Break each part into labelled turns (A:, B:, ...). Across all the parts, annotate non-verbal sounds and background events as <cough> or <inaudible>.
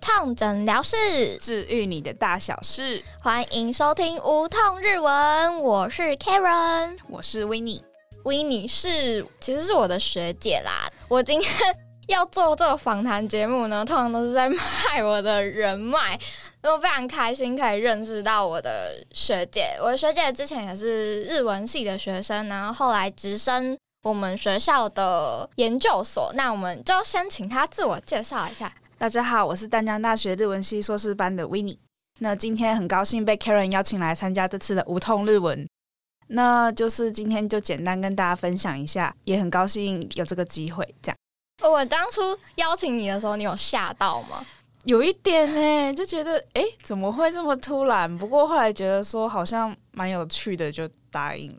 A: 痛诊疗室，
B: 治愈你的大小事。
A: 欢迎收听无痛日文，我是 Karen。
B: 我是 w i n n i e
A: 维尼是其实是我的学姐啦。我今天要做这个访谈节目呢，通常都是在卖我的人脉，然后非常开心可以认识到我的学姐。我的学姐之前也是日文系的学生，然后后来直升我们学校的研究所。那我们就先请她自我介绍一下。
B: 大家好，我是淡江大学日文系硕士班的 w i n n i e 那今天很高兴被 Karen 邀请来参加这次的无痛日文。那就是今天就简单跟大家分享一下，也很高兴有这个机会。这样
A: 我当初邀请你的时候，你有吓到吗？
B: 有一点呢、就觉得哎、诶怎么会这么突然？不过后来觉得说好像蛮有趣的，就答应了。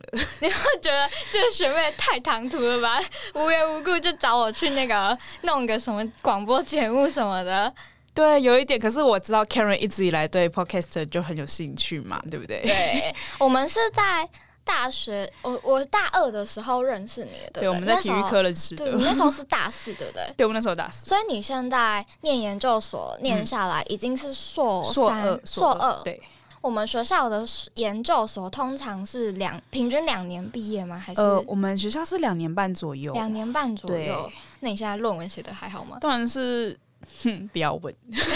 A: 觉得这个学妹太唐突了吧， <laughs> 无缘无故就找我去那个弄个什么广播节目什么的。
B: 对，有一点。可是我知道 Karen 一直以来对 Podcast 就很有兴趣嘛，对不对？
A: 对， <laughs> 我们是在大学，我我大二的时候认识你的，对不对
B: 我们在体育，课认识
A: 那
B: 的
A: 时候对，。你那时候是大四，对不
B: <laughs>
A: 对？
B: 对，我们那时候打死
A: 所以你现在念研究所念下来已经是硕
B: 硕
A: 哦三、
B: 二，
A: 硕二。
B: 对，
A: 我们学校的研究所通常是两平均两年毕业吗？还是
B: 呃，我们学校是两年半左右，
A: 两年半左
B: 对，
A: 右？那你现在论文写的还好吗？
B: 当然是，哼，不要问，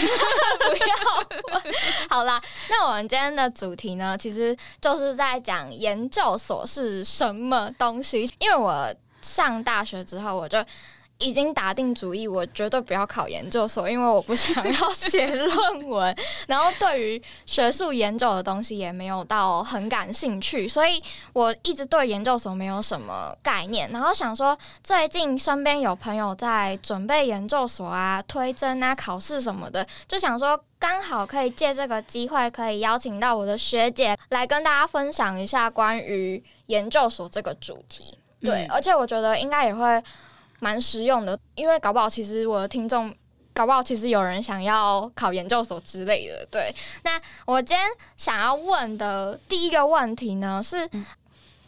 A: 不要。 <laughs> 好啦，那我们今天的主题呢，其实就是在讲研究所是什么东西。因为我上大学之后，我就已经打定主意，我绝对不要考研究所，因为我不想要写论文。然后对于学术研究的东西也没有到很感兴趣，所以我一直对研究所没有什么概念。然后想说，最近身边有朋友在准备研究所啊、推甄啊、考试什么的，就想说刚好可以借这个机会，可以邀请到我的学姐来跟大家分享一下关于研究所这个主题。对，
B: 嗯
A: 而且我觉得应该也会蛮实用的，因为搞不好其实我的听众。搞不好其实有人想要考研究所之类的，对。那我今天想要问的第一个问题呢是，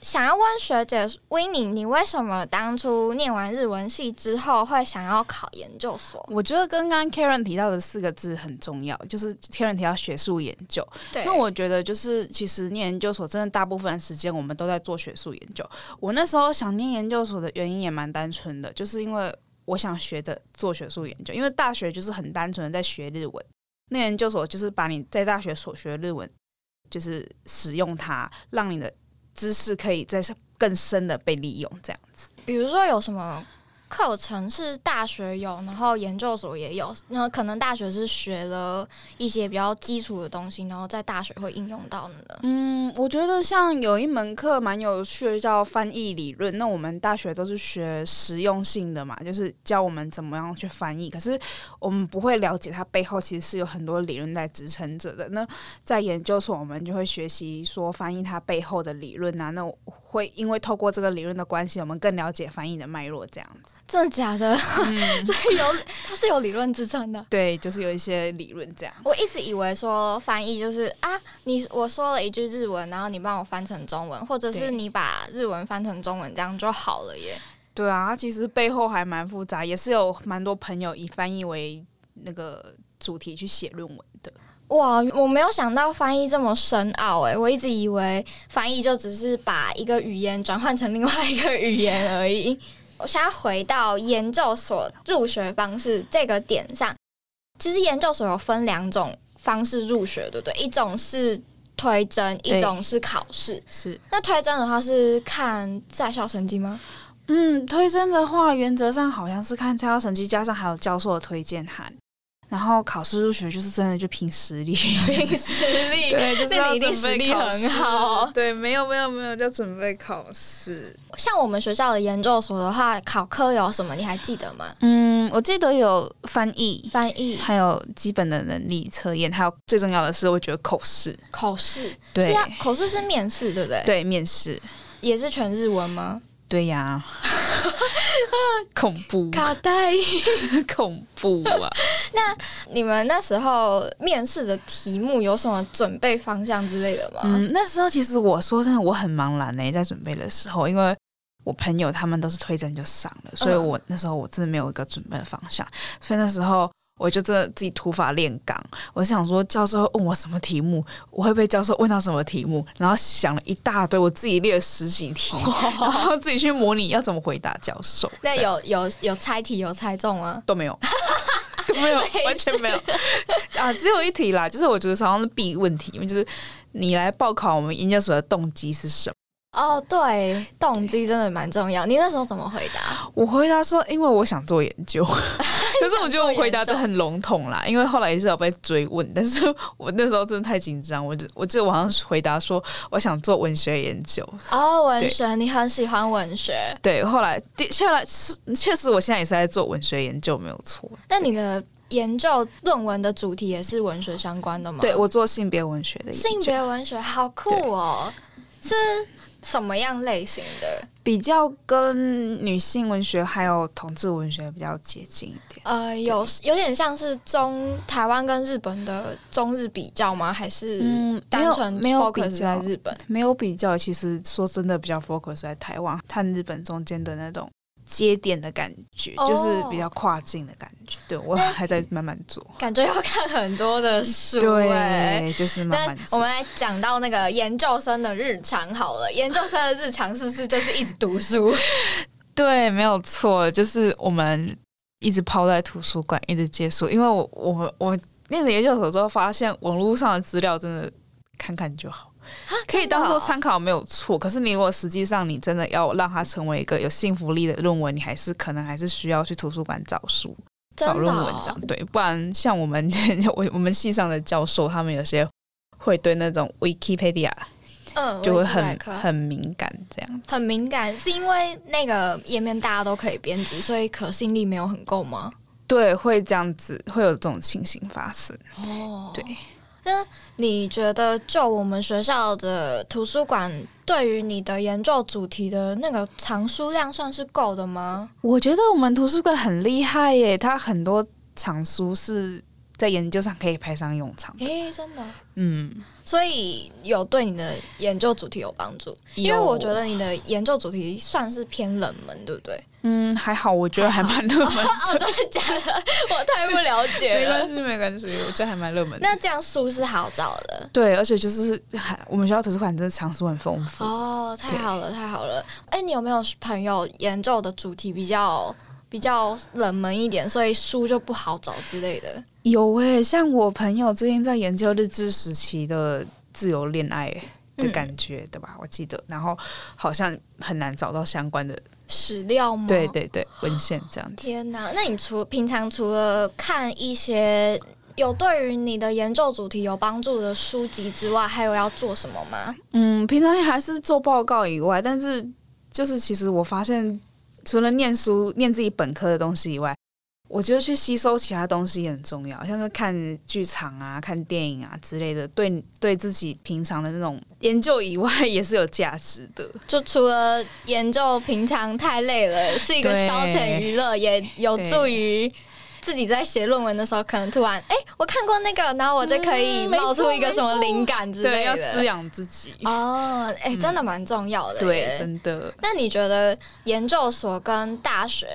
A: 想要问学姐维尼，你为什么当初念完日文系之后会想要考研究所？
B: 我觉得刚刚 Karen 提到的四个字很重要，就是 Karen 提到学术研究。
A: 对
B: 那我觉得就是，其实念研究所真的大部分时间我们都在做学术研究。我那时候想念研究所的原因也蛮单纯的，就是因为我想学着做学术研究，因为大学就是很单纯的在学日文，那研究所就是把你在大学所学的日文，就是使用它，让你的知识可以在更深的被利用，这样。
A: 比如说有什么课程是大学有，然后研究所也有，那可能大学是学了一些比较基础的东西，然后在大学会应用到的呢？
B: 嗯，我觉得像有一门课蛮有趣的，叫翻译理论。那我们大学都是学实用性的嘛，就是教我们怎么样去翻译。可是我们不会了解它背后其实是有很多理论在支撑着的。那在研究所，我们就会学习说翻译它背后的理论啊。那会因为透过这个理论的关系，我们更了解翻译的脉络，这样子。
A: 真的假的？所以有它是有理论支撑的。
B: 对，就是有一些理论这样。
A: 我一直以为说翻译就是啊，你我说了一句日文，然后你帮我翻成中文，或者
B: 对
A: 是你把日文翻成中文，这样就好了耶。
B: 对啊，它其实背后还蛮复杂，也是有蛮多朋友以翻译为那个主题去写论文的。
A: 哇，我没有想到翻译这么深奥诶，我一直以为翻译就只是把一个语言转换成另外一个语言而已。我现在回到研究所入学方式这个点上，其实研究所有分两种方式入学，对不对？一种是推甄，一
B: 对
A: 种是考试。
B: 是，
A: 那推甄的话是看在校成绩 <laughs> 吗？
B: 嗯，推甄的话，原则上好像是看参考成绩，加上还有教授的推荐函。然后考试入学就是真的就凭实力，
A: 凭实力
B: <laughs> 对，就是要
A: 那你一定
B: 准备
A: 实力
B: 考试
A: 很好
B: <laughs> 对，没有没有没有，就准备考试。
A: 像我们学校的研究所的话，考科有什么你还记得吗？
B: 嗯，我记得有翻译，
A: 翻译、
B: 还有基本的能力测验，还有最重要的是，我觉得口试，
A: 口试，
B: 对
A: 是要口试是面试，对不对？，
B: 对，面试，
A: 也是全日文吗？
B: 对呀、 <laughs> 恐 <laughs> 怖，
A: 带。
B: 恐怖啊！
A: <laughs> 你们那时候面试的题目有什么准备方向之类的吗？
B: 嗯，那时候其实我说真的，我很茫然呢、欸在准备的时候，因为我朋友他们都是推荐就上了，所以
A: 嗯
B: 我那时候我真的没有一个准备的方向，所以那时候我就真的自己土法炼钢。我想说，教授会问我什么题目，我会被教授问到什么题目，然后想了一大堆，我自己列了十几
A: <laughs>
B: 题，然后自己去模拟要怎么回答教授。
A: 那
B: 这样
A: 有有有猜题有猜中吗？
B: 都没 <laughs> 有。都没有，完全没有啊！只有一题啦，就是我觉得好像是必问题，因为就是你来报考我们研究所的动机是什么？
A: 哦，对，动机真的蛮重要。你那时候怎么回答？
B: 我回答说，因为我想做研 <laughs> 究。可是我觉得我回答的很笼统啦，因为后来也是有被追问，但是我那时候真的太紧张，我就我记得我好像是回答说我想做文学研究。
A: 哦，文学，你很喜欢文学，
B: 对，后来的确来是确实我现在也是在做文学研究，没有错。
A: 那你的研究论文的主题也是文学相关的吗？
B: 对，我做性别文学的研究，
A: 性别文学好酷哦，是什么样类型的？
B: 比较跟女性文学还有同志文学比较接近一点。
A: 呃，有有点像是中台湾跟日本的中日比较吗？还是
B: 嗯，没
A: 单
B: 有
A: 纯
B: 没有比
A: focus 在
B: 较，
A: 日本？
B: 没有比较。其实说真的，比较 focus 在台湾和日本中间的那种节点的感觉，
A: 哦
B: 就是比较跨境的感觉。对我
A: 那
B: 还在慢慢做，
A: 感觉要看很多的书、哎。
B: 嗯对，就是慢
A: 那
B: 慢
A: 我
B: 做
A: 们。来讲到那个研究生的日常好了，研究生的日常是不是就是一直读
B: <laughs>
A: 书？
B: 对，没有错，就是我们一直泡在图书馆，一直接触。因为我我们我念了研究所之后，发现网络上的资料真的看看就好。啊可以当做参考没有错，可是你如果实际上你真的要让它成为一个有信服力的论文，你还是可能还是需要去图书馆找书、
A: 真的
B: 找
A: 哦
B: 论文这样。对，不然像我们我我们系上的教授，他们有些会对那种 Wikipedia
A: 嗯，
B: 就
A: 维
B: 会
A: 基百
B: 很
A: 科
B: 很敏感这样子。
A: 很敏感，是因为那个页面大家都可以编辑，所以可信力没有很够吗？
B: 对，会这样子，会有这种情形发生。
A: 哦
B: 对。
A: 那你觉得，就我们学校的图书馆，对于你的研究主题的那个藏书量算是够的吗？
B: 我觉得我们图书馆很厉害耶，它很多藏书是在研究上可以派上用场的。
A: 诶、真的，
B: 嗯，
A: 所以有对你的研究主题有帮助。因为我觉
B: 有
A: 得你的研究主题算是偏冷门，对不对？
B: 嗯，还好，我觉得还蛮热门。 <laughs>
A: 哦，真 <laughs> 的假的？我太不了解
B: 没关
A: 了。
B: <laughs> 系，没关系，我觉得还蛮热门的。
A: 那这样书是好找的
B: 对，而且就是还我们学校图书馆真的藏书很丰富。
A: 哦，太好了，太好了。哎、你有没有朋友研究的主题比较比较冷门一点，所以书就不好找之类的？
B: 有诶、像我朋友最近在研究日治时期的自由恋爱的感觉，对吧？我记得，然后好像很难找到相关的，
A: 史料吗？
B: 对。对对，文献这样子。
A: 天哪，那你除平常除了看一些有对于你的研究主题有帮助的书籍之外，还有要做什么吗？
B: 嗯，平常还是做报告以外，但是就是其实我发现，除了念书、念自己本科的东西以外，我觉得去吸收其他东西也很重要，像是看剧场啊、看电影啊之类的，对对自己平常的那种研究以外，也是有价值的。
A: 就除了研究平常太累了，是一个
B: 对
A: 消遣娱乐，也有助于自己在写论文的时候，可能突然哎、诶我看过那个，然后我就可以
B: 嗯没错
A: 冒出一个什么灵感之
B: 对，
A: 类
B: 要滋
A: 的。
B: 养自己。
A: 哦，哎、真的蛮重要的、
B: 对，。真的。
A: 那你觉得研究所跟大学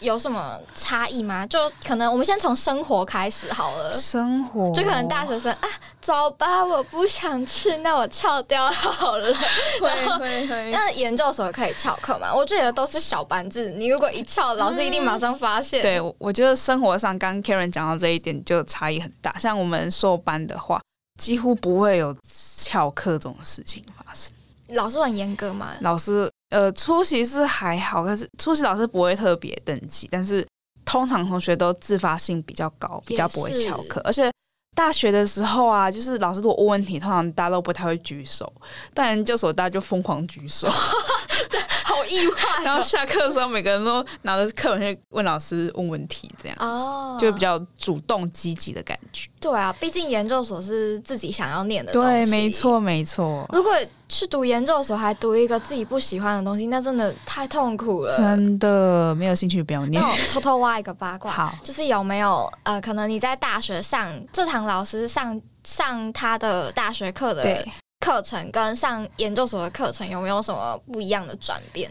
A: 有什么差异吗？就可能我们先从生活开始好了。
B: 生活
A: 就可能大学生啊，走吧，我不想去，那我翘掉好
B: <laughs>
A: 了。
B: 会会
A: <laughs>
B: 会
A: 那研究所可以翘课吗？我觉得都是小班制，你如果一翘，老师一定马上发现。
B: <laughs> 对，我我觉得生活上，刚刚 Karen 讲到这一点就差异很大。像我们硕班的话，几乎不会有翘课这种事情发生。
A: 老师很严格嘛。
B: <laughs> 老师，呃，出席是还好，但是出席老师不会特别登记，但是通常同学都自发性比较高，比较不会翘课，而且。大学的时候啊，就是老师如果问问题，通常大家都不太会举手，但研究所大家就疯狂举手，
A: 好意外哦、
B: 然后下课的时候每个人都拿着课本去问老师问问题，这样
A: 哦，
B: 就比较主动积极的感觉。
A: 对啊，毕竟研究所是自己想要念的
B: 对
A: 东，西
B: 没。错，没错，
A: 如果去读研究所，还读一个自己不喜欢的东西，那真的太痛苦了。
B: 真的没有兴趣不要念
A: 那。我偷偷挖一个八卦，
B: 好，
A: 就是有没有呃，可能你在大学上这堂老师上上他的大学课的
B: 对，
A: 课程跟上研究所的课程有没有什么不一样的转变？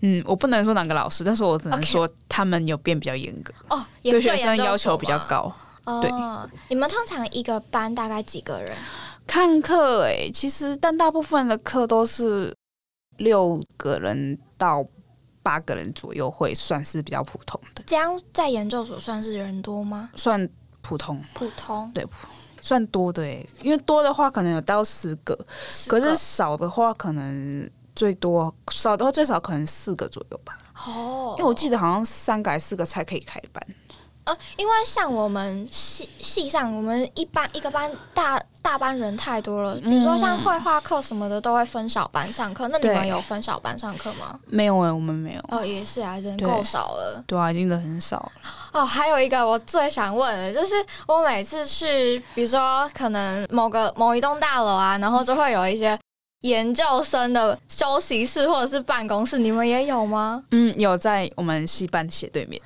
B: 嗯，我不能说哪个老师，但是我只能
A: OK
B: 说他们有变比较严格
A: 哦，研
B: 对
A: 究
B: 学生
A: 研究
B: 要求
A: 所
B: 比较
A: 吗。
B: 高。对
A: 哦，你们通常一个班大概几个人？
B: 看课诶、其实但大部分的课都是六个人到八个人左右，会算是比较普通的，
A: 这样在研究所算是人多吗？
B: 算普通，
A: 普通，
B: 算多的诶、因为多的话可能有到十个，
A: 十
B: 可
A: 个
B: 是少的话可能最多少的话最少可能四个左右吧，
A: 哦，
B: 因为我记得好像三个还是四个才可以开班。
A: 呃，因为像我们系系上，我们一班一个班大大班人太多了，比如说像绘画课什么的都会分小班上课。那你
B: 对
A: 们有分小班上课吗？
B: 没有诶、欸我们没有。
A: 哦，也是啊，人
B: 对
A: 够少了。
B: 对啊，已经人很少了。
A: 哦，还有一个我最想问的就是，我每次去，比如说可能某个某一栋大楼啊，然后就会有一些研究生的休息室或者是办公室，你们也有吗？
B: 嗯，有在我们戏班斜对面，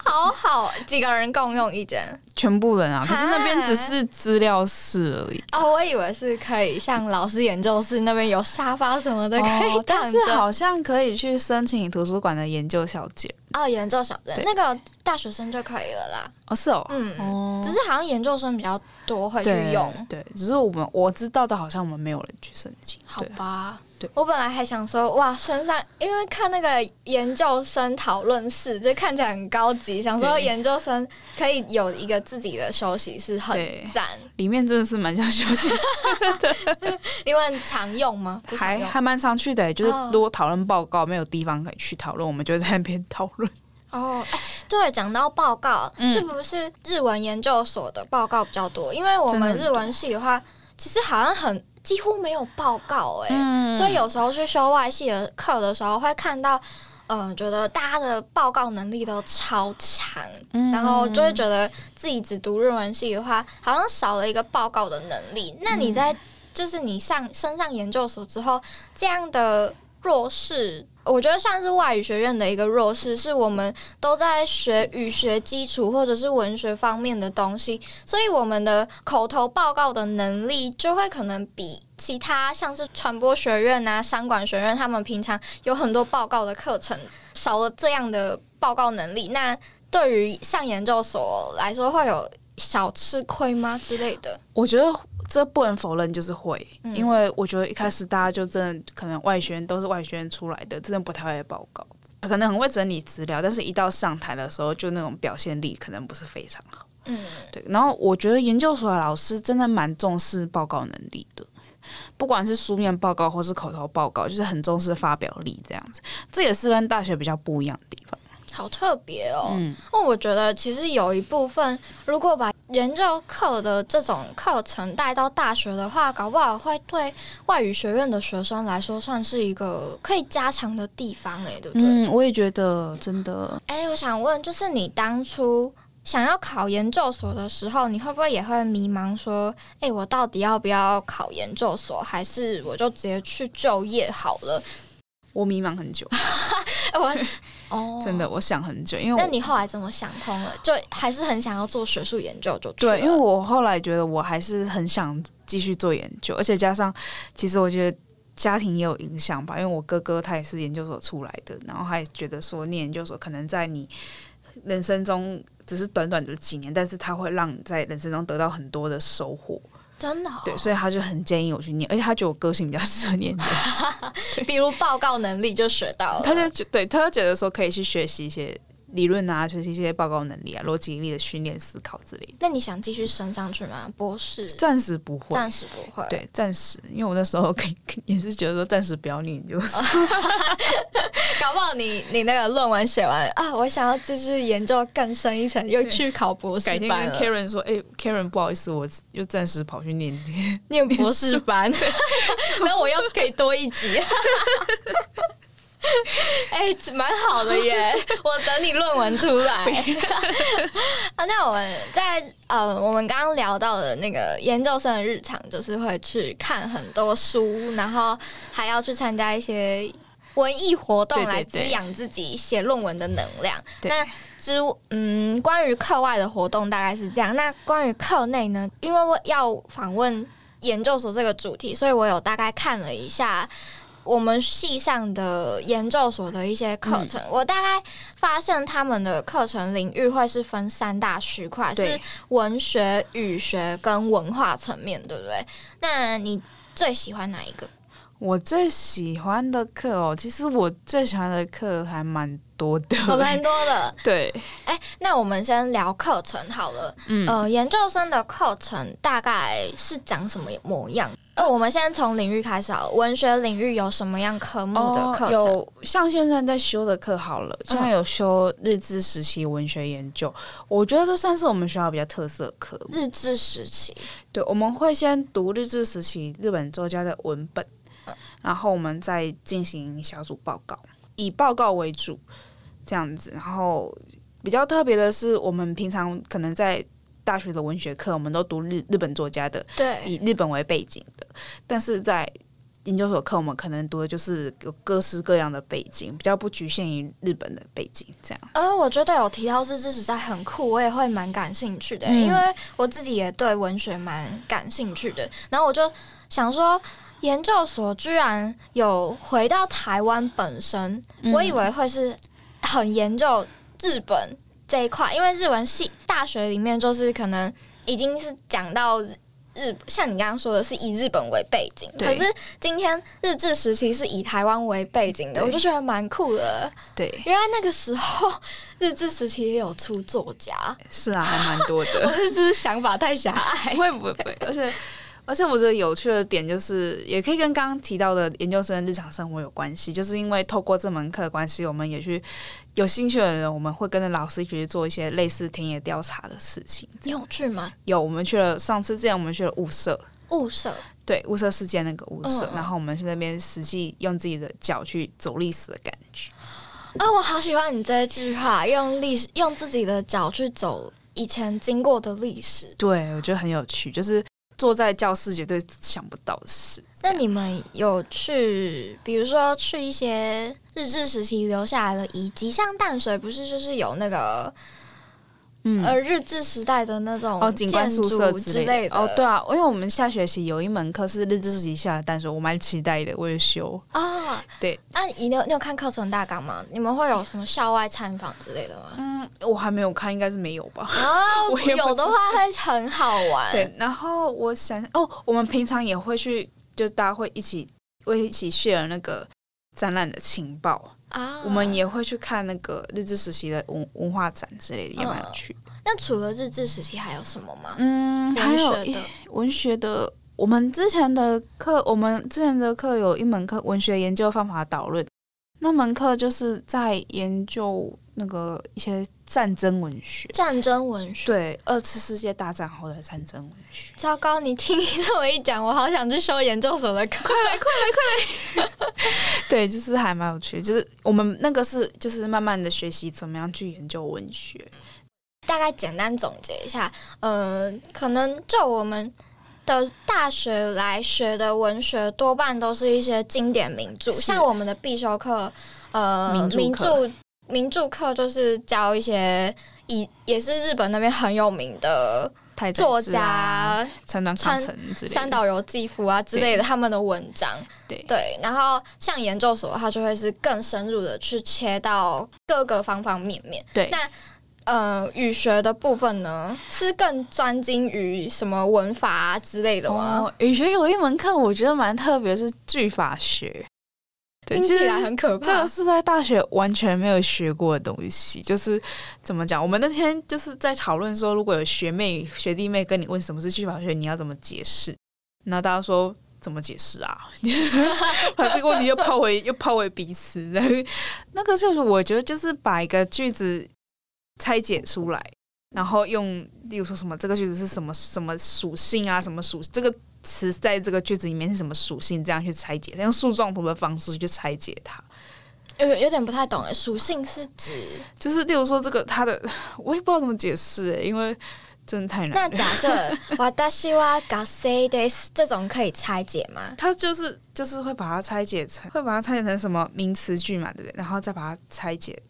A: 好好，几个人共用一间
B: 全部人啊，可是那边
A: 哈
B: 只是资料室而 <laughs> 已。
A: 哦，我以为是可以像老师研究室那边有沙发什么的可以
B: 哦
A: 躺着、
B: 但是好像可以去申请图书馆的研究小姐
A: 哦，研究小镇
B: 对
A: 那个大学生就可以了啦。
B: 哦，是哦，
A: 嗯，
B: 哦，
A: 只是好像研究生比较多会去
B: 对
A: 用，
B: 对，只是我们我知道的，好像我们没有人去申请，
A: 好
B: 对
A: 吧
B: 对？
A: 我本来还想说，哇，身上因为看那个研究生讨论室，就看起来很高级，想说
B: 对
A: 研究生可以有一个自己的休息室，很
B: 对
A: 赞。
B: 里面真的是蛮像休息室，
A: 你们常用吗？不常
B: 还
A: 用
B: 还蛮常去的欸，就是
A: 哦
B: 如果讨论报告没有地方可以去讨论，我们就在那边讨论。
A: 哦，哎，对，讲到报告，
B: 嗯
A: 是不是日文研究所的报告比较多？因为我
B: 真的
A: 们
B: 很
A: 日文系的话，其实好像很几乎没有报告哎、
B: 嗯
A: 所以有时候去修外系的课的时候，会看到，嗯、觉得大家的报告能力都超强，
B: 嗯
A: 然后就会觉得自己只读日文系的话，好像少了一个报告的能力。那你在、就是你上升上研究所之后，这样的弱势，我觉得算是外语学院的一个弱势，是我们都在学语学基础或者是文学方面的东西，所以我们的口头报告的能力就会可能比其他像是传播学院啊、商管学院，他们平常有很多报告的课程，少了这样的报告能力，那对于上研究所来说会有小吃亏吗之类的？
B: 我觉得这不能否认，就是会，
A: 嗯
B: 因为我觉得一开始大家就真的可能外学院都是外学院出来的，真的不太会报告，可能很会整理资料，但是一到上台的时候，就那种表现力可能不是非常好。
A: 嗯，
B: 对，然后我觉得研究所的老师真的蛮重视报告能力的，不管是书面报告或是口头报告，就是很重视发表力这样子。这也是跟大学比较不一样的地方。
A: 好特别哦。
B: 嗯，
A: 那我觉得其实有一部分，如果把研究课的这种课程带到大学的话，搞不好会对外语学院的学生来说算是一个可以加强的地方诶，对不对？
B: 嗯，我也觉得真的，
A: 哎、我想问，就是你当初想要考研究所的时候，你会不会也会迷茫，说，哎、我到底要不要考研究所，还是我就直接去就业好了？
B: 我迷茫很久，
A: 哎 <laughs> 我哦，
B: 真的，。我想很久，因为
A: 那
B: 我
A: 你后来怎么想通了？就还是很想要做学术研究就去
B: 对，因为
A: 了
B: 我后来觉得我还是很想继续做研究，而且加上其实我觉得。家庭也有影响吧，因为我哥哥他也是研究所出来的，然后他也觉得说念研究所可能在你人生中只是短短的几年，但是他会让你在人生中得到很多的收获，
A: 真的、哦、
B: 对，所以他就很建议我去念，而且他觉得我个性比较适合念
A: <laughs>
B: 研究所，
A: 比如报告能力就学到了。
B: 他就觉对，他就觉得说可以去学习一些理论啊，学习一些报告能力啊、逻辑力的训练、思考之类的，
A: 那你想继续升上去吗？博士
B: 暂时不会，
A: 暂时不会。，
B: 对，暂时，因为我那时候可以也是觉得说暂时不要念研究所，
A: 搞不好你你那个论文写完啊，我想要继续研究更深一层，又去考博士
B: <laughs> 改天
A: 班
B: 跟
A: 了，
B: Karen 说，哎、k a r e n 不好意思，我又暂时跑去 <laughs> 念。
A: 念博士
B: <laughs>
A: 班， <laughs> 那我又可以多一级。 <laughs> 哎、蛮好的耶！我等你论文出来。 <laughs> 啊，那我们在呃，我们刚刚聊到的那个研究生的日常，就是会去看很多书，然后还要去参加一些文艺活动
B: 对对
A: 来滋
B: 对
A: 养自己写论文的能量。
B: 对
A: 那之嗯，关于课外的活动大概是这样。那关于课内呢，因为我要访问研究所这个主题，所以我有大概看了一下我们系上的研究所的一些课程，我大概发现他们的课程领域会是分三大区块，是
B: 对
A: 文学、语学跟文化层面，对不对？那你最喜欢哪一个？
B: 我最喜欢的课哦，其实我最喜欢的课还蛮多 <laughs> 的。
A: 我蛮多的，
B: 对，
A: 哎、那我们先聊课程好了。
B: 嗯
A: 呃，研究生的课程大概是长什么模样？呃，我们先从领域开始好了，文学领域有什么样科目的课程？
B: 哦有像现在在修的课好了，现在有修日治时期文学研究，我觉得这算是我们学校比较特色的科目。
A: 日治时期，
B: 对，我们会先读日治时期日本作家的文本，然后我们再进行小组报告，以报告为主，这样子。然后比较特别的是，我们平常可能在大学的文学课，我们都读日日本作家的，
A: 对，
B: 以日本为背景的，但是在研究所课，我们可能读的就是有各式各样的背景，比较不局限于日本的背景这样。
A: 呃，我觉得有提到日治时代很酷，我也会蛮感兴趣的、
B: 嗯
A: 因为我自己也对文学蛮感兴趣的。然后我就想说，研究所居然有回到台湾本身，
B: 嗯
A: 我以为会是很研究日本这一块，因为日文系大学里面就是可能已经是讲到日。日像你刚刚说的是以日本为背景，可
B: 对
A: 是今天日治时期是以台湾为背景的，
B: 对
A: 我就觉得蛮酷的。
B: 对，
A: <laughs> 原来那个时候日治时期也有出作家，
B: 是啊，还蛮多
A: 我
B: 的。
A: <laughs> 是不是想法太狭隘？
B: 不会不会不会，而且而且我觉得有趣的点就是，也可以跟刚刚提到的研究生日常生活有关系，就是因为透过这门课的关系，我们也去有兴趣的人，我们会跟着老师一起去做一些类似田野调查的事情。
A: 你有去吗？
B: 有，我们去了上次之前我们去了物色，
A: 物色
B: 对雾社事件那个雾社，
A: 嗯嗯
B: 然后我们去那边实际用自己的脚去走历史的感觉。
A: 啊，我好喜欢你这一句话，用历史，用自己的脚去走以前经过的历史。
B: 对，我觉得很有趣，就是坐在教室绝对想不到的事。
A: 那你们有去，比如说去一些日治时期留下来的遗迹，像淡水不是就是有那个、
B: 嗯
A: 呃日治时代的那种
B: 哦，景观
A: 建
B: 宿舍
A: 筑
B: 之
A: 之
B: 类
A: 类
B: 的。
A: 的
B: 哦，对啊，因为我们下学期有一门课是日志时期下的淡水，我蛮期待的，我也修。
A: 啊，
B: 对。
A: 那、你有你有看课程大纲吗？你们会有什么校外参访之类的吗？
B: 嗯，我还没有看，应该是没有吧？
A: 啊，
B: <laughs> 我也不
A: 有的
B: 知
A: 话会很好玩。
B: 对，然后我想哦，我们平常也会去，就大家会一起会一起 share 那个展览的情报，
A: 啊，
B: 我们也会去看那个日治时期的文文化展之类的，也蛮有趣的。
A: 那除了日治时期还有什么吗？
B: 嗯，还
A: 文
B: 有
A: 学
B: 一
A: 的
B: 文学的，我们之前的课，我们之前的课有一门课《文学研究方法导论》，那门课就是在研究那个一些战争文学，
A: 战争文学。
B: 对二次世界大战后的战争文学。
A: 糟糕，你听你这么一讲，我好想去修研究所的课。
B: 对，就是还蛮有趣，就是我们那个是就是慢慢的学习怎么样去研究文学。
A: 大概简单总结一下，呃，可能就我们的大学来学的文学，多半都是一些经典名著，
B: 是
A: 像我们的必修课，呃，
B: 名著
A: 名
B: 课
A: 著名著课就是教一些以也是日本那边很有名的
B: 太宰
A: 作
B: 治啊、
A: 家
B: 川端康成之类的，
A: 三岛由纪夫啊之类的他们的文章，
B: 对
A: 对，然后像研究所的话，就会是更深入的去切到各个方方面面。
B: 对
A: 那呃，语学的部分呢，是更专精于什么文法啊之类的吗？
B: 哦，语学有一门课我觉得蛮特别，是句法学。对
A: 听
B: 其
A: 起
B: 实
A: 来很可
B: 这
A: 怕
B: 个。是在大学完全没有学过的东西，就是怎么讲？我们那天就是在讨论说，如果有学妹、学弟妹跟你问什么是句法学，你要怎么解释？然后大家说怎么解释啊？ <laughs> 把这个问题又抛回又抛回彼此。然后那个就是我觉得就是把一个句子拆解出来，然后用，例如说什么这个句子是什么什么属性啊，什么属这个词在这个句子里面是什么属性，这样去拆解，用树状图的方式去拆解它。
A: 有有点不太懂诶，属性是指
B: 就是例如说这个它的，我也不知道怎么解释、欸，因为真的太难
A: 那
B: 了。 <laughs>
A: 假设わたしは学生です这种可以拆解吗？
B: 它就是就是会把它拆解成，会把它拆解成什么名词句嘛，对不对？然后再把它拆解。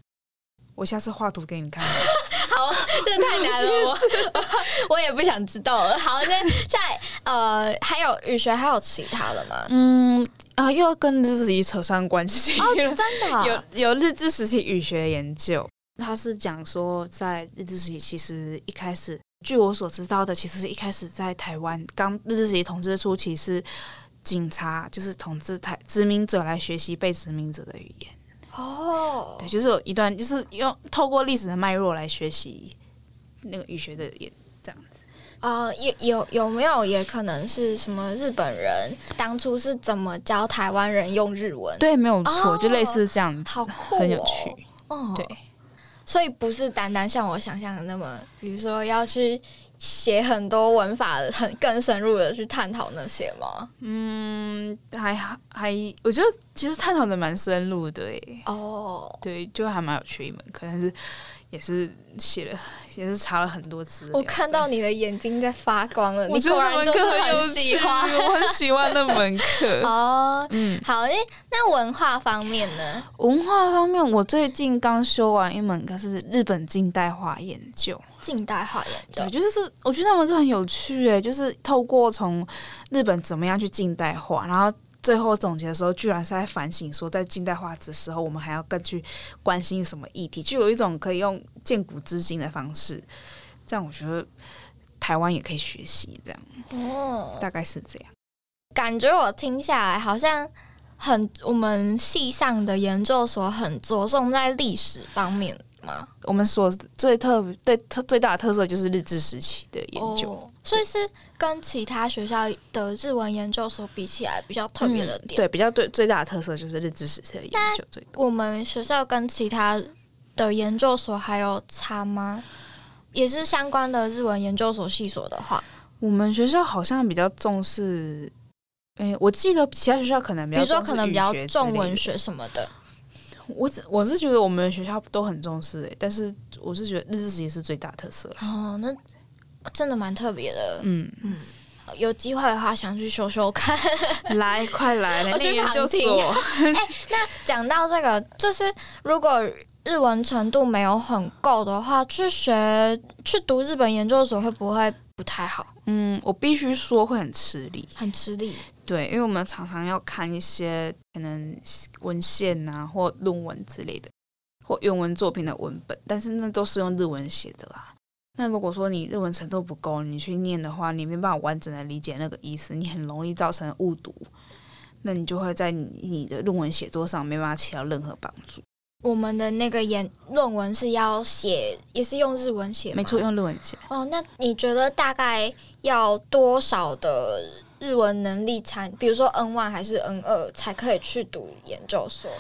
B: 我下次画图给你看。
A: 好，这太难了，我我也不想知道了。好，那下呃，还有语学还有其他的吗？
B: <laughs> 嗯啊、又要跟日志扯上关系
A: 哦，
B: 了。
A: 真的啊、
B: 有有日治时期语学研究，他是讲说，在日治时期其实一开始，据我所知道的，其实是一开始在台湾刚日治时期统治初期是警察就是统治台殖民者来学习被殖民者的语言，
A: 哦
B: 对，，就是有一段就是用透过历史的脉络来学习那个语学的也
A: 呃，有有有没有也可能是什么日本人当初是怎么教台湾人用日文？，
B: 对，没有
A: 错就类似
B: 这样
A: 好酷、哦，。哦，
B: 对，
A: 所以不是单单像我想象的那么，比如说要去写很多文法，很更深入的去探讨那些吗？
B: 嗯，还还，我觉得其实探讨的蛮深入的诶。
A: 哦，
B: 对，就还蛮有趣一门课，但是也是写了，也是查了很多资料。
A: 我看到你的眼睛在发光了，
B: 我
A: 你
B: 觉得
A: 果
B: 那
A: 然
B: 门
A: 就
B: 课
A: 是
B: 很有
A: 很喜
B: 趣
A: 欢
B: 我很喜欢那门
A: <laughs>
B: 课。
A: 哦。
B: 嗯，
A: 好，诶，那文化方面呢？
B: 文化方面，我最近刚修完一门课是日本近代化研究，
A: 近代化研究
B: 对，，就是是我觉得那门课很有趣诶，就是透过从日本怎么样去近代化，然后。最后总结的时候，居然是在反省说，在近代化的时候，我们还要更去关心什么议题，就有一种可以用见古知今的方式。这样，我觉得台湾也可以学习，这样
A: 哦，
B: 大概是这样。
A: 感觉我听下来好像很我们系上的研究所很着重在历史方面嘛，
B: 我们所最特对特最大的特色就是日治时期的研究，
A: 哦所以是跟其他学校的日文研究所比起来比较特别的
B: 嗯
A: 点。
B: 对，比较对最大的特色就是日治时期的研究最多。
A: 我们学校跟其他的研究所还有差吗？也是相关的日文研究所系所的话，
B: 我们学校好像比较重视，诶、我记得其他学校可能比
A: 比
B: 较
A: 如说
B: 重视
A: 可能比较
B: 语学之
A: 重
B: 类的
A: 文。学什么的。
B: 我只我是觉得我们学校都很重视、诶，但是我是觉得日治时期是最大的特色啦。
A: 哦，那真的蛮特别的。
B: 嗯，
A: 有机会的话，想去修修看。
B: 嗯来，快来，
A: <laughs>
B: 来
A: 我去
B: 念研
A: 旁
B: 究
A: 听
B: 所。
A: 讲到这个，就是如果日文程度没有很够的话，去学去读日本研究所会不会不太好，
B: 嗯，我必须说会很吃力。
A: 很吃力？
B: 对，因为我们常常要看一些可能文献啊，或论文之类的，或原文作品的文本，但是那都是用日文写的啦。那如果说你日文程度不够，你去念的话，你没办法完整的理解那个意思，你很容易造成误读，那你就会在你你的论文写作上没办法起到任何帮助。
A: 我们的那个研论文是要写，也是用日文写，
B: 没错，。用日文写。
A: 哦，那你觉得大概要多少的日文能力才，比如说 N one 还是 N 二才可以去读研究所，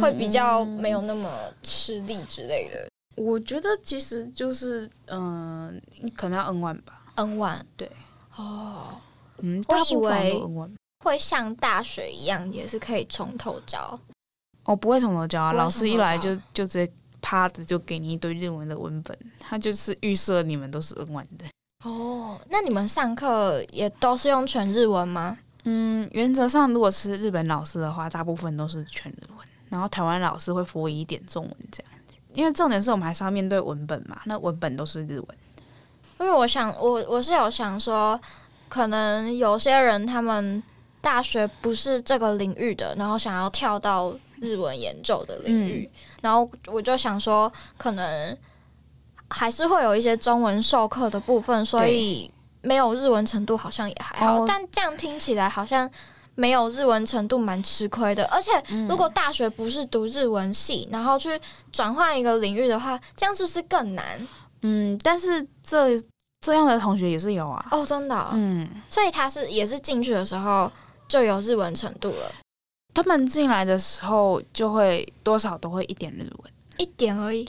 A: 会比较没有那么吃力之类的
B: 我觉得其实就是，嗯、可能要嗯 N 万吧。
A: ？N one
B: 对，
A: 哦。
B: 嗯，
A: 我
B: 大部分
A: 以为
B: 都 N 万。
A: 会像大学一样，也是可以从头教。
B: 哦，不会从头教啊，
A: 不会
B: 老
A: 从
B: 师
A: 头
B: 一来
A: 教
B: 就就直接趴着就给你一堆日文的文本，他就是预设你们都是 N 完的。
A: 哦，那你们上课也都是用全日文吗？
B: 嗯，原则上如果是日本老师的话，大部分都是全日文，然后台湾老师会辅以一点中文这样子。因为重点是我们还是要面对文本嘛，那文本都是日文。
A: 因为我想，我我是有想说，可能有些人他们大学不是这个领域的，然后想要跳到日文研究的领域，然后我就想说，可能还是会有一些中文授课的部分，所以没有日文程度好像也还好。
B: 哦
A: 但这样听起来好像没有日文程度蛮吃亏的，而且如果大学不是读日文系，然后去转换一个领域的话，这样是不是更难？
B: 嗯，但是这这样的同学也是有啊。
A: 哦，真的哦、
B: 嗯，
A: 所以他是也是进去的时候就有日文程度了，
B: 他们进来的时候就会多少都会一点日文，
A: 一点而已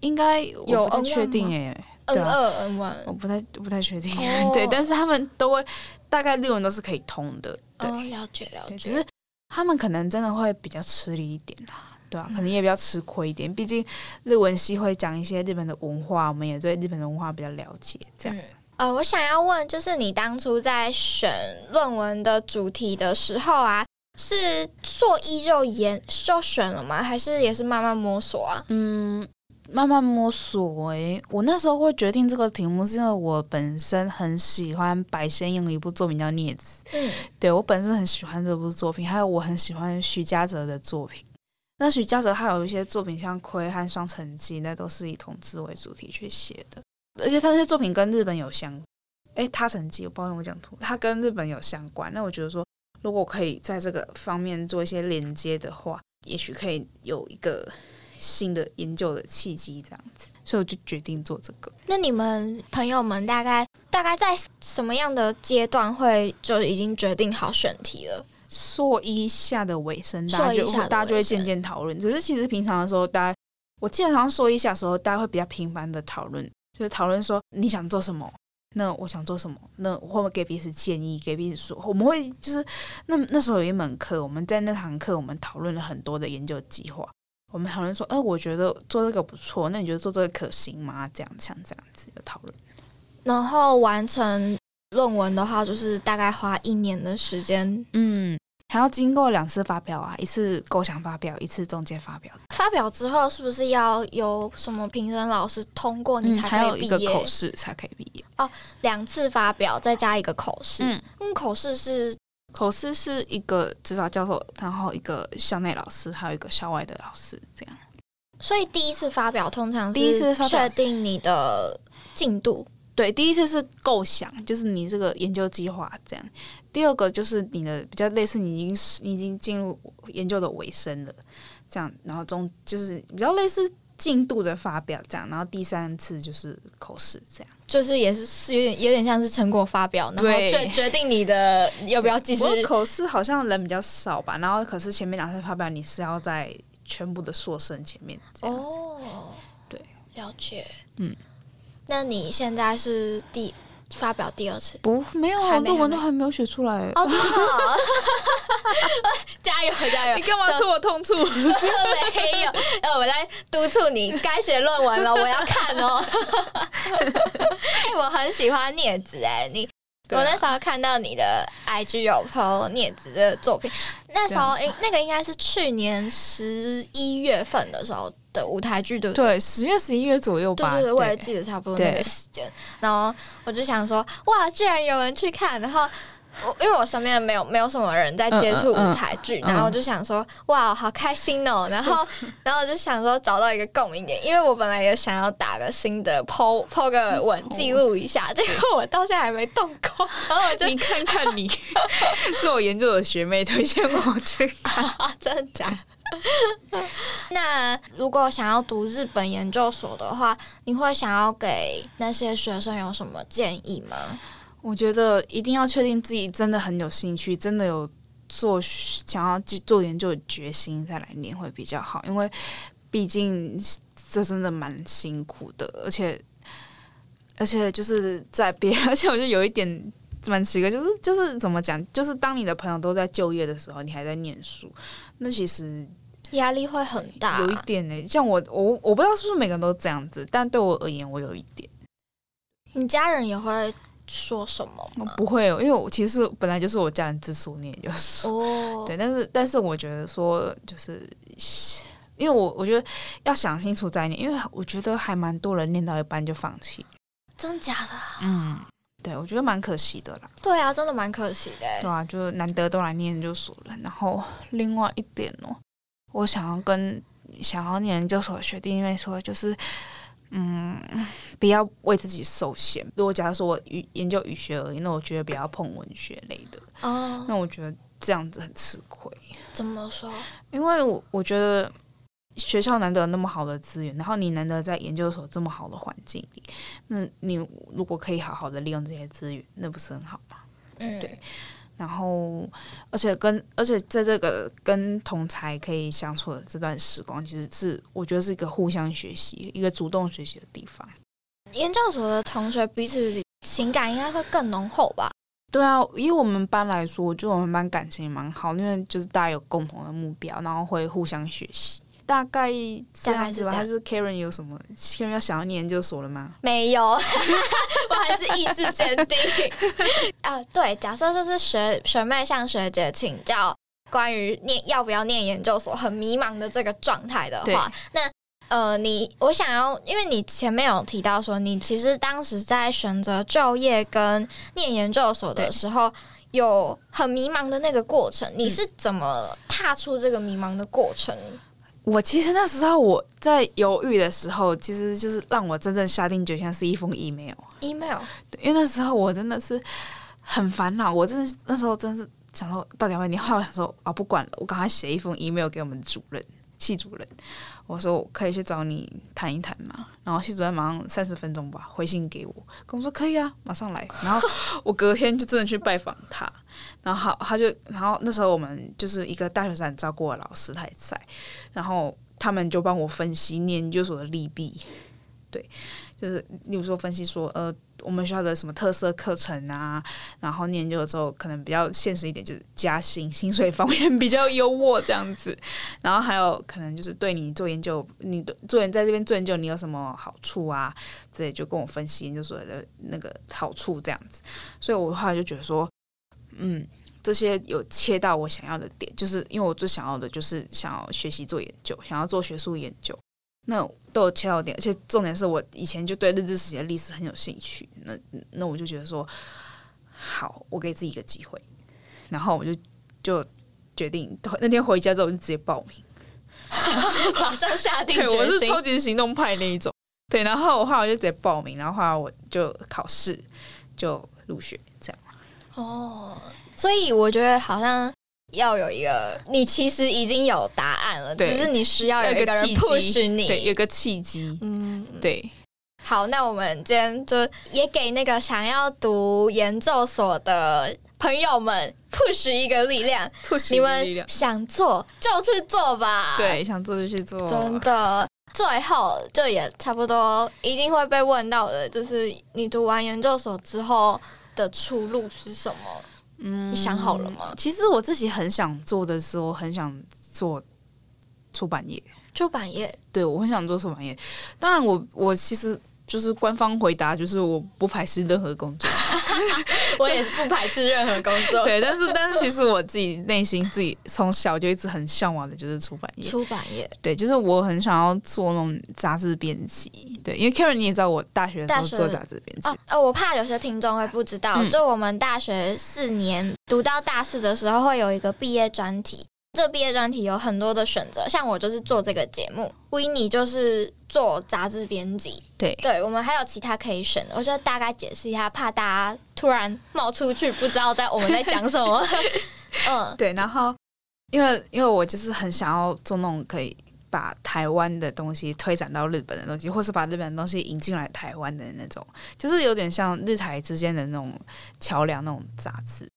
B: 应该
A: 有
B: 我不太
A: N1
B: 确定
A: 吗
B: 诶、
A: ，N
B: 对啊
A: 二 N
B: 我
A: one。
B: 不太我不太确定，
A: 哦
B: <laughs> 对，但是他们都会大概日文都是可以通的，对，
A: 哦，了解了
B: 对，只
A: 解
B: 是。他们可能真的会比较吃力一点啦，对啊，
A: 嗯
B: 可能也比较吃亏一点，毕竟日文系会讲一些日本的文化，我们也对日本的文化比较了解，这样。
A: 嗯，呃，我想要问，就是你当初在选论文的主题的时候啊，是硕一就研就选了吗？还是也是慢慢摸索啊？
B: 嗯，慢慢摸索、欸。我那时候会决定这个题目，是因为我本身很喜欢白先勇的一部作品叫《镊子》，
A: 嗯
B: 对我本身很喜欢这部作品，还有我很喜欢许家泽的作品。那许家泽他有一些作品，像《亏》和《双城记》，那都是以同志为主题去写的，而且他那些作品跟日本有相，哎，他成绩我不知道我讲错，他跟日本有相关。那我觉得说，如果可以在这个方面做一些连接的话，也许可以有一个新的研究的契机，这样子。所以我就决定做这个。
A: 那你们朋友们大概大概在什么样的阶段会就已经决定好选题了？
B: 硕一下的尾声，大家
A: 硕一
B: 就
A: 下的尾声
B: 大家就会渐渐讨论。只是其实平常的时候，大家我记得好像硕一下的时候，大家会比较频繁的讨论，就是讨论说你想做什么，那我想做什么，那我会不会给彼此建议，给彼此说，我们会就是那那时候有一门课，我们在那堂课我们讨论了很多的研究计划。我们讨论说，呃，我觉得做这个不错，那你觉得做这个可行吗？这样、这样、这样子的讨论。
A: 然后完成论文的话，就是大概花一年的时间。
B: 嗯，还要经过两次发表啊，一次构想发表，一次中间发表。
A: 发表之后，是不是要有什么评审老师通过哦你
B: 嗯，
A: 才
B: 还
A: 可
B: 有
A: 以
B: 一
A: 毕
B: 个
A: 业？
B: 口试才可以毕业。
A: 两次发表，再加一个口试。嗯，
B: 嗯，
A: 口试是
B: 口试是一个指导教授，然后一个校内老师，还有一个校外的老师，这样。
A: 所以第一次发表通常是
B: 第一次发表
A: 确定你的进度，
B: 对，第一次是构想，就是你这个研究计划这样。第二个就是你的比较类似，你已经是你已经进入研究的尾声了，这样。然后中就是比较类似进度的发表这样。然后第三次就是口试这样。
A: 就是也是是有点有点像是成果发表，然后
B: 对
A: 决决定你的要不要继续
B: 不。过口试好像人比较少吧，然后可是前面两次发表你是要在全部的硕生前面这样。
A: 哦，
B: 对，
A: 了解。
B: 嗯，
A: 那你现在是第发表第二次？
B: 不，没有啊，
A: 还没
B: 论文
A: 还没
B: 都还没有写出来。
A: 哦，真好，加油加油！
B: <laughs> 你干嘛
A: 说？
B: 戳我痛处？
A: 没有， <laughs> 呃，我在督促你该写论文了，我要看哦。 <laughs> 哎、我很喜欢镊子哎、你。
B: 对啊
A: 我那时候看到你的 IG 有 PO 镊子的作品，那时
B: 啊
A: 候应那个应该是去年十一月份的时候的舞台剧，对不对？
B: <laughs> 对，十月、十一月左右
A: 对
B: 吧。
A: 对对，我也记得差不多
B: 对
A: 那个时间。然后我就想说，哇，居然有人去看。然后我因为我身边没有没有什么人在接触
B: 嗯嗯嗯
A: 舞台剧，
B: 嗯
A: 然后我就想说，哇，好开心
B: <laughs>
A: 哦。然后然后我就想说找到一个共鸣点，因为我本来也想要打个新的 PO PO 个
B: 嗯
A: 文记录一下，结果我到现在还没动过。 <laughs> 然后我就
B: <laughs> 你看看你，是我研究的学妹推荐我去看。
A: 啊，真的假
B: <laughs>
A: 的？那如果想要读日本研究所的话，你会想要给那些学生有什么建议吗？
B: 我觉得一定要确定自己真的很有兴趣，真的有做想要去做研究的决心，再来念会比较好，因为毕竟这真的蛮辛苦的，而且而且就是在别， <laughs> 而且我就有一点。蛮奇怪，就是就是怎么讲，就是当你的朋友都在就业的时候，你还在念书，那其实
A: 压力会很大，
B: 有一点呢、像我，我我不知道是不是每个人都这样子，但对我而言，我有一点，
A: 你家人也会说什么
B: 我
A: 吗？
B: 不会，哦因为我其实本来就是我家人支持我念研究所，
A: 哦，
B: 对，但是但是我觉得说，就是因为我我觉得要想清楚再念，因为我觉得还蛮多人念到一半就放弃，
A: 真假的啊？
B: 嗯，对我觉得蛮可惜的啦，
A: 对啊，真的蛮可惜的
B: 对
A: 欸。
B: 啊，就难得都来念研究所了，然后另外一点哦、我想要跟想要念研究所的学弟妹说，就是嗯，不要为自己受限。如果假如说我语研究语学而已，那我觉得不要碰文学类的，
A: 哦，
B: 那我觉得这样子很吃亏，
A: 怎么说？
B: 因为我我觉得。学校难得有那么好的资源，然后你难得在研究所这么好的环境里，那你如果可以好好的利用这些资源，那不是很好吗？
A: 嗯，
B: 对然后，而且跟而且在这个跟同才可以相处的这段时光，其实是我觉得是一个互相学习、一个主动学习的地方。
A: 研究所的同学彼此情感应该会更浓厚吧？
B: 对啊，以我们班来说，我觉得我们班感情蛮好，因为就是大家有共同的目标，然后会互相学习。大概这样子吧。
A: 大概
B: 还是 Karen 有什么？Karen 要想要念研究所了吗？
A: 没有， <laughs> 我还是意志坚
B: <laughs>
A: 定。啊，对，假设就是学学妹向学姐请教关于念要不要念研究所很迷茫的这个状态的
B: 对
A: 话，那。呃，你我想要，因为你前面有提到说，你其实当时在选择就业跟念研究所的时候，有很迷茫的那个过程，
B: 嗯
A: 你是怎么踏出这个迷茫的过程？
B: 我其实那时候我在犹豫的时候，其实就是让我真正下定决心是一封 email， <laughs>
A: email
B: 对因为那时候我真的是很烦恼，我真的是那时候真是想说到底要不要你，后来我想说啊不管了，我赶快写一封 email 给我们主任系主任，我说我可以去找你谈一谈嘛，然后系主任马上三十分钟吧回信给我，跟我说可以啊，马上来，然后我隔天就真的去拜访他。然后他他就，然后那时候我们就是一个大学生照顾的老师，他也在，然后他们就帮我分析念研究所的利弊，对，就是例如说分析说，呃，我们学校的什么特色课程啊，然后念研究之后可能比较现实一点，就是加薪、薪水方面比较优渥这样子，然后还有可能就是对你做研究，你对做研在这边做研究你有什么好处啊之类，就跟我分析研究所的那个好处这样子，所以我后来就觉得说，嗯。这些有切到我想要的点，就是因为我最想要的就是想要学习做研究，想要做学术研究，那都有切到点，而且重点是我以前就对日治时期的历史很有兴趣，那那我就觉得说，好，我给自己一个机会，然后我就就决定那天回家之后我就直接报名，
A: 马上下定
B: 对我
A: 决
B: 是
A: 心
B: 超，级行动派那一种，对，然后我后来我就直接报名，然后后来我就考试就入学这样。
A: 哦，所以我觉得好像要有一个，你其实已经有答案了，
B: 对
A: 只是你需要有
B: 有
A: 一个
B: 一个
A: 人
B: 契机
A: push 你。
B: 对，有个契机，
A: 嗯，
B: 对，
A: 好，那我们今天就也给那个想要读研究所的朋友们 push 一个力量，你们想做就去做吧。，
B: 对，想做就去做，
A: 真的。最后就也差不多一定会被问到的，就是你读完研究所之后的出路是什么？
B: 嗯
A: 你想好了吗？
B: 其实我自己很想做的是，我很想做出版业，
A: 出版业
B: 对我很想做出版业。当然我，我其实就是官方回答，就是我不排斥任何工作， <laughs>
A: 我也不排斥任何工 <laughs> 作。
B: 对。但是，但是其实我自己内心自己从小就一直很向往的就是出版业，
A: 出版业，
B: 对，就是我很想要做那种杂志编辑，对，因为 Karen 你也知道，我大学的时
A: 大
B: 候
A: 学
B: 做杂志编辑
A: 哦，，呃，我怕有些听众会不知道，
B: 嗯
A: 就我们大学四年读到大四的时候，会有一个毕业专题。这毕业专题有很多的选择，像我就是做这个节目 w i n n i 就是做杂志编辑。
B: 对
A: 对我们还有其他可以选的，我就大概解释一下，怕大家突然冒出去不知道在我们在讲什 <laughs> 么。 <laughs> 嗯，
B: 对，然后因为因为我就是很想要做那种可以把台湾的东西推展到日本的东西，或是把日本的东西引进来台湾的那种，就是有点像日台之间的那种桥梁那种杂志，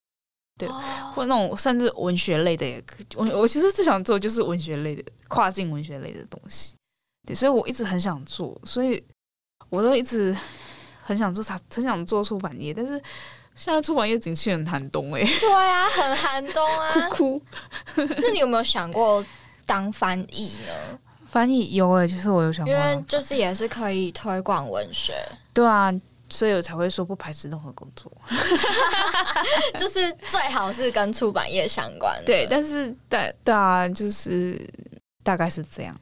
B: 对
A: 哦
B: 或那种甚至文学类的也可。我我其实最想做就是文学类的跨境文学类的东西，对，所以我一直很想做，所以我都一直很想做啥，很想做出版业，但是现在出版业景气很寒冬 <laughs> 哎、
A: 对啊，很寒冬啊 <laughs>
B: 欸，。哭。
A: 那你有没有想过当翻译呢？
B: 翻译有哎、就是我有想过
A: 因
B: 要
A: 为就是也是可以推广文
B: <laughs>
A: 学，
B: 对啊，所以我才会说不排斥任何工作。
A: 就是最好是跟出版业相关的。
B: 对，但是对对啊，就是大概是这样。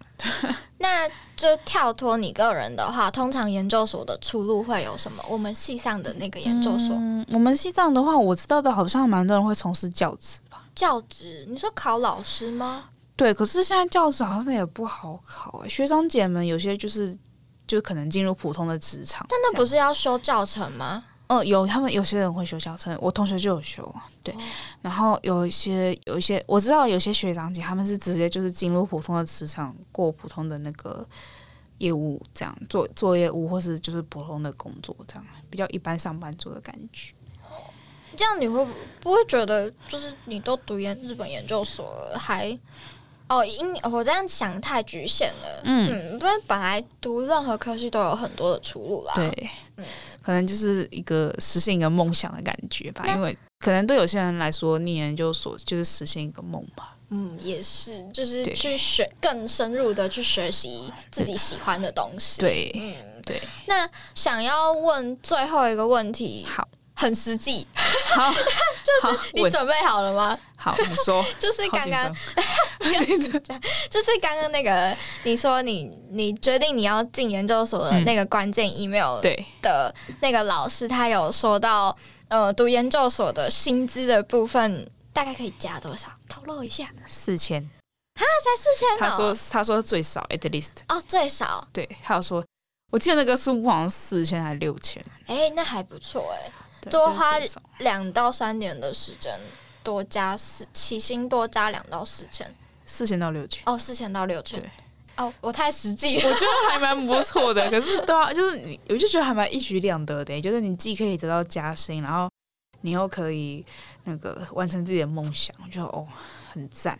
A: 那就跳脱你个人的话，通常研究所的出路会有什么？我们系上的那个研究所、
B: 嗯，我们西藏的话，我知道的好像蛮多人会从事教职吧。
A: 教职，你说考老师吗？
B: 对，可是现在教职好像也不好考、欸，学长姐们有些就是就可能进入普通的职场，
A: 但那不是要修教程吗？
B: 嗯、有他们有些人会修教程，我同学就有修，对。
A: 哦
B: 然后有一些有一些我知道有些学长姐他们是直接就是进入普通的职场，过普通的那个业务，这样做做业务或是就是普通的工作，这样比较一般上班族的感觉。
A: 这样你会不不会觉得，就是你都读研日本研究所了，还哦，因我这样想太局限了。
B: 嗯，
A: 嗯，不然本来读任何科系都有很多的出路啦。
B: 对
A: 嗯，
B: 可能就是一个实现一个梦想的感觉吧，
A: 那
B: 因为可能对有些人来说，念研究所就是实现一个梦吧。
A: 嗯，也是，就是
B: 对
A: 去学更深入的去学习自己喜欢的东西。，
B: 对，
A: 嗯，
B: 对。
A: 那想要问最后一个问题，
B: 好，
A: 很实际。
B: 好， <laughs> 就是
A: 你准备好了吗？
B: 好，你 <laughs> 说，
A: 就是
B: 好
A: 刚
B: 紧
A: 刚 <laughs>
B: 张，好紧张
A: 就是刚刚那个，你说你你决定你要进研究所的那个关键 email
B: 嗯对，
A: 的那个老师，他有说到，呃，读研究所的薪资的部分大概可以加多少？透露一下，
B: 四千。
A: 才四千、哦。
B: 他说他说最少 at least，
A: 哦，最少，
B: 对，他有说，我记得那个数目好像四千还是六千，
A: 哎、那还不错哎、
B: 对
A: 多
B: 就是
A: 花
B: 最少
A: 两到三年的时间，多加四起薪多加两到四千，
B: 四千到六千。
A: 哦，四千到六千
B: 对。
A: 哦，我太实际
B: <laughs>
A: 了。
B: 我觉得还蛮不错的，可是对啊，就是你，我就觉得还蛮一举两得的，欸就是你既可以得到加薪，然后你又可以那个完成自己的梦想，我觉得哦很赞。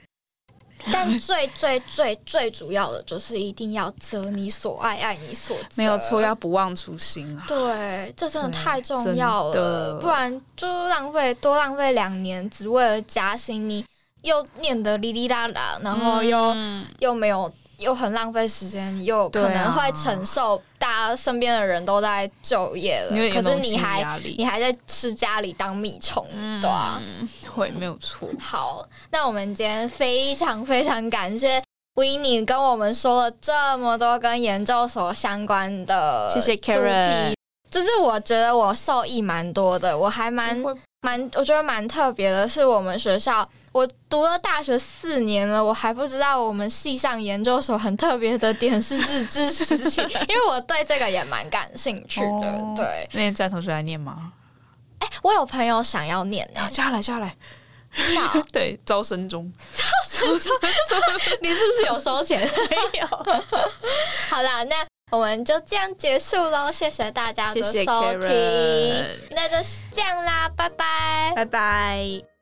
A: 但最最最最主要的就是一定要择你所爱，爱你所择。
B: 没有错，要不忘初心啊！
A: 对，这真的
B: 对
A: 太重要
B: 真
A: 了，
B: 的
A: 不然就浪费多浪费两年，只为了加薪，你又念得哩哩啦啦，然后
B: 嗯
A: 又、又没有。又很浪费时间，又可
B: 对啊
A: 能会承受大家身边的人都在就业了，
B: 你会有
A: 呃可是
B: 那种
A: 你
B: 心理
A: 还
B: 压力
A: 你还在吃家里当米虫，
B: 嗯
A: 对啊。
B: 会没有错，
A: 好，那我们今天非常非常感谢 w i n n i 跟我们说了这么多跟研究所相关的
B: 谢谢
A: 主题
B: Karen
A: 就是我觉得我受益蛮多的，我还蛮
B: 不会
A: 蛮，我觉得蛮特别的是，我们学校我读了大学四年了，我还不知道我们系上研究所很特别的点是日治时
B: <laughs>
A: 期，因为我对这个也蛮感兴趣的。
B: 哦
A: 对，
B: 那天站同学来念吗？
A: 哎、我有朋友想要念呢、
B: <laughs> 啊叫他来，叫他来。
A: 那
B: 对，招
A: <laughs>
B: 生中
A: 你是不是有收钱？
B: 没有。
A: 好啦，那我们就这样结束喽，谢谢大家的
B: 谢
A: 收
B: 谢
A: 听，
B: Karen
A: <laughs> 那就是这样啦，拜拜。
B: 拜拜。